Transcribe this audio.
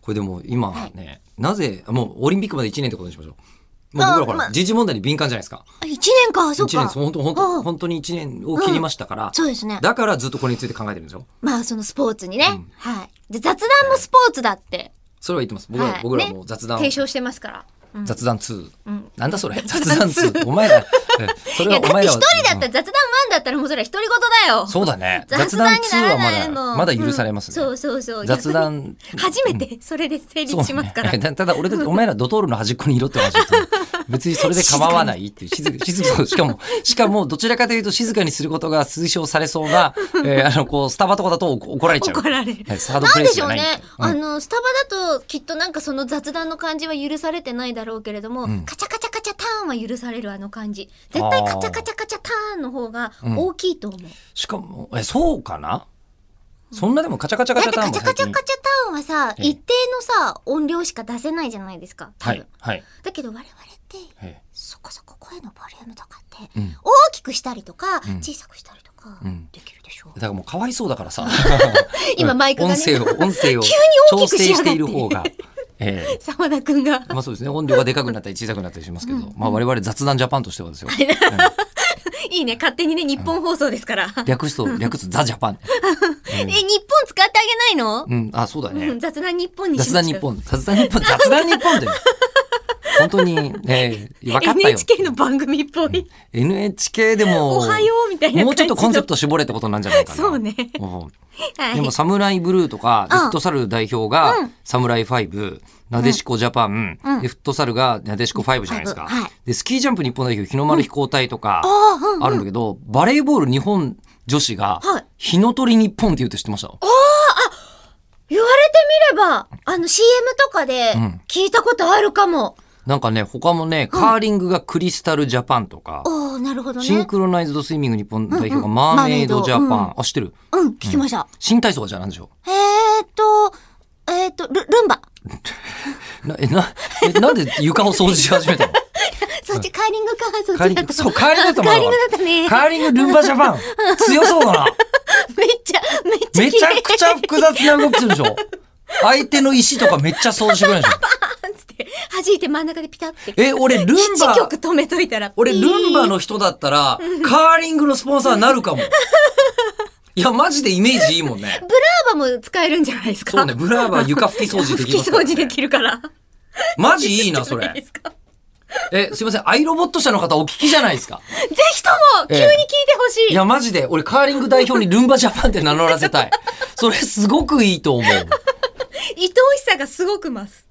これでも今ね、なぜ、もうオリンピックまで1年ってことにしましょう。もう僕らほら、まあ時事問題に敏感じゃないですか。あ一年か、 1そう年でか。す。本当本う当ん本当に1年を切りましたから、そうですね。だからずっとこれについて考えてるんですよ。まあ、そのスポーツにね。うんはい。で、雑談もスポーツだって。それは言ってます。僕ら、はい僕らねもう雑談、提唱してますから。うん雑談2。うんなんだそれ雑談2。お前ら、えそいれや、はだおって前一らは人だったら、雑談1だったらもうそれは独り言だよ。そうだね。雑雑談談にな2らはなまいもだ、ん。まだ許されますうんね。そうそうそう。雑逆談。に。 初めてそれで成立しますから。そうね ただ俺たち、お前らドトールの端っこにいろって話 ですよ別にそれで構わないっていう、静か静か、しかも、しかも、どちらかというと静かにすることが推奨されそう な、えーあの、こう、スタバとかだと怒怒られちゃう。怒られる。はいサードなプんレイでスしじょゃうないねんだ。。あうんの、スタバだときっとなんかその雑談の感じは許されてないだろうけれども、んカチャカチャカチャターンは許されるあの感じ。絶対カチャカチャカチャターンの方が大きいと思う。しかも、え、そうかなそんなでもカチャカチャだカっチてャターカンチもャカ最近チャカ。チャターンはさ、ええ一定のさ、音量しか出せないじゃないですか。多は分。い、はい。だけど我々って、えそこそこ声のボリュームとかって、えうん。大きくしたりとか、ん小さくしたりとかうん、できるでしょう。 だからもうかわいそうだからさ。今マイクがね音声を、音 声を大調きくし整やがしってている方が。ええ沢田くんが。 まあそうですね。音量がでかくなったり小さくなったりしますけど、まあ我々雑談ジャパンとしてはですよ。いいね、勝手にね、日本放送ですから。略すと、略すとザジャパン。え、日本使ってあげないの、うん、あ、そうだうねん、。雑談日本にし雑ま談しょう日本、雑談日本、雑談日本だよ。本当に、ええ分かったよ。 NHK の番組っぽい。 NHK でも、おはようみたいな感じのもうちょっとコンセプト絞れってことなんじゃないかな。そうねうん。はい。でも、サムライブルーとか、でうんフットサル代表がう、サムライファイブ、なでしこジャパン、うんで、フットサルがなでしこファイブじゃないですか。ファイブはいで、スキージャンプ日本代表、日の丸飛行隊とか、ああ、うん。あるんだけど、バレーボール日本女子がはい、日の鳥日本って言うって知ってました言われてみれば、あの CM とかでうん聞いたことあるかも。なんかね、他もね、カーリングがクリスタルジャパンとか、おおなるほどシンね。クロナイズドスイミング日本代表うんうがんマーメイドジャパン。マーメイドあ、知ってるうん、聞きました。新体操がじゃあなんでしょえーっと、えーっと、ル、ルンバ。うな、え、な、えなんで床を掃除し始めた のそっちカーリングか、そっカーリンちだっグ、た。そう、カーリングだと思カうーリングだったね。カーリングルンバジャパン強そう だなめっちゃ、めっちゃめ綺ちゃ麗くちゃ複雑な動きするでしょ相手の石とかめっちゃ掃除してくれるでしょつって、弾いて真ん中でピタって。え、俺 ルン一バ、曲止めといたら。俺ピールンバ。の人だったら、カーリングのスポンサーになるかも。いや、マジでイメージいいもんね。ブラーバも使えるんじゃないですか。そうね、ブラーバー床拭き掃除で拭ききますから掃ね除できるから。マジいいな、そ いいでれ。すかえ、すいません、アイロボット社の方お聞きじゃないですか。ぜひとも、急に聞いてほしい。いや、マジで、俺カーリング代表にルンバジャパンって名乗らせたい。それすごくいいと思う。伊藤久がすごくます。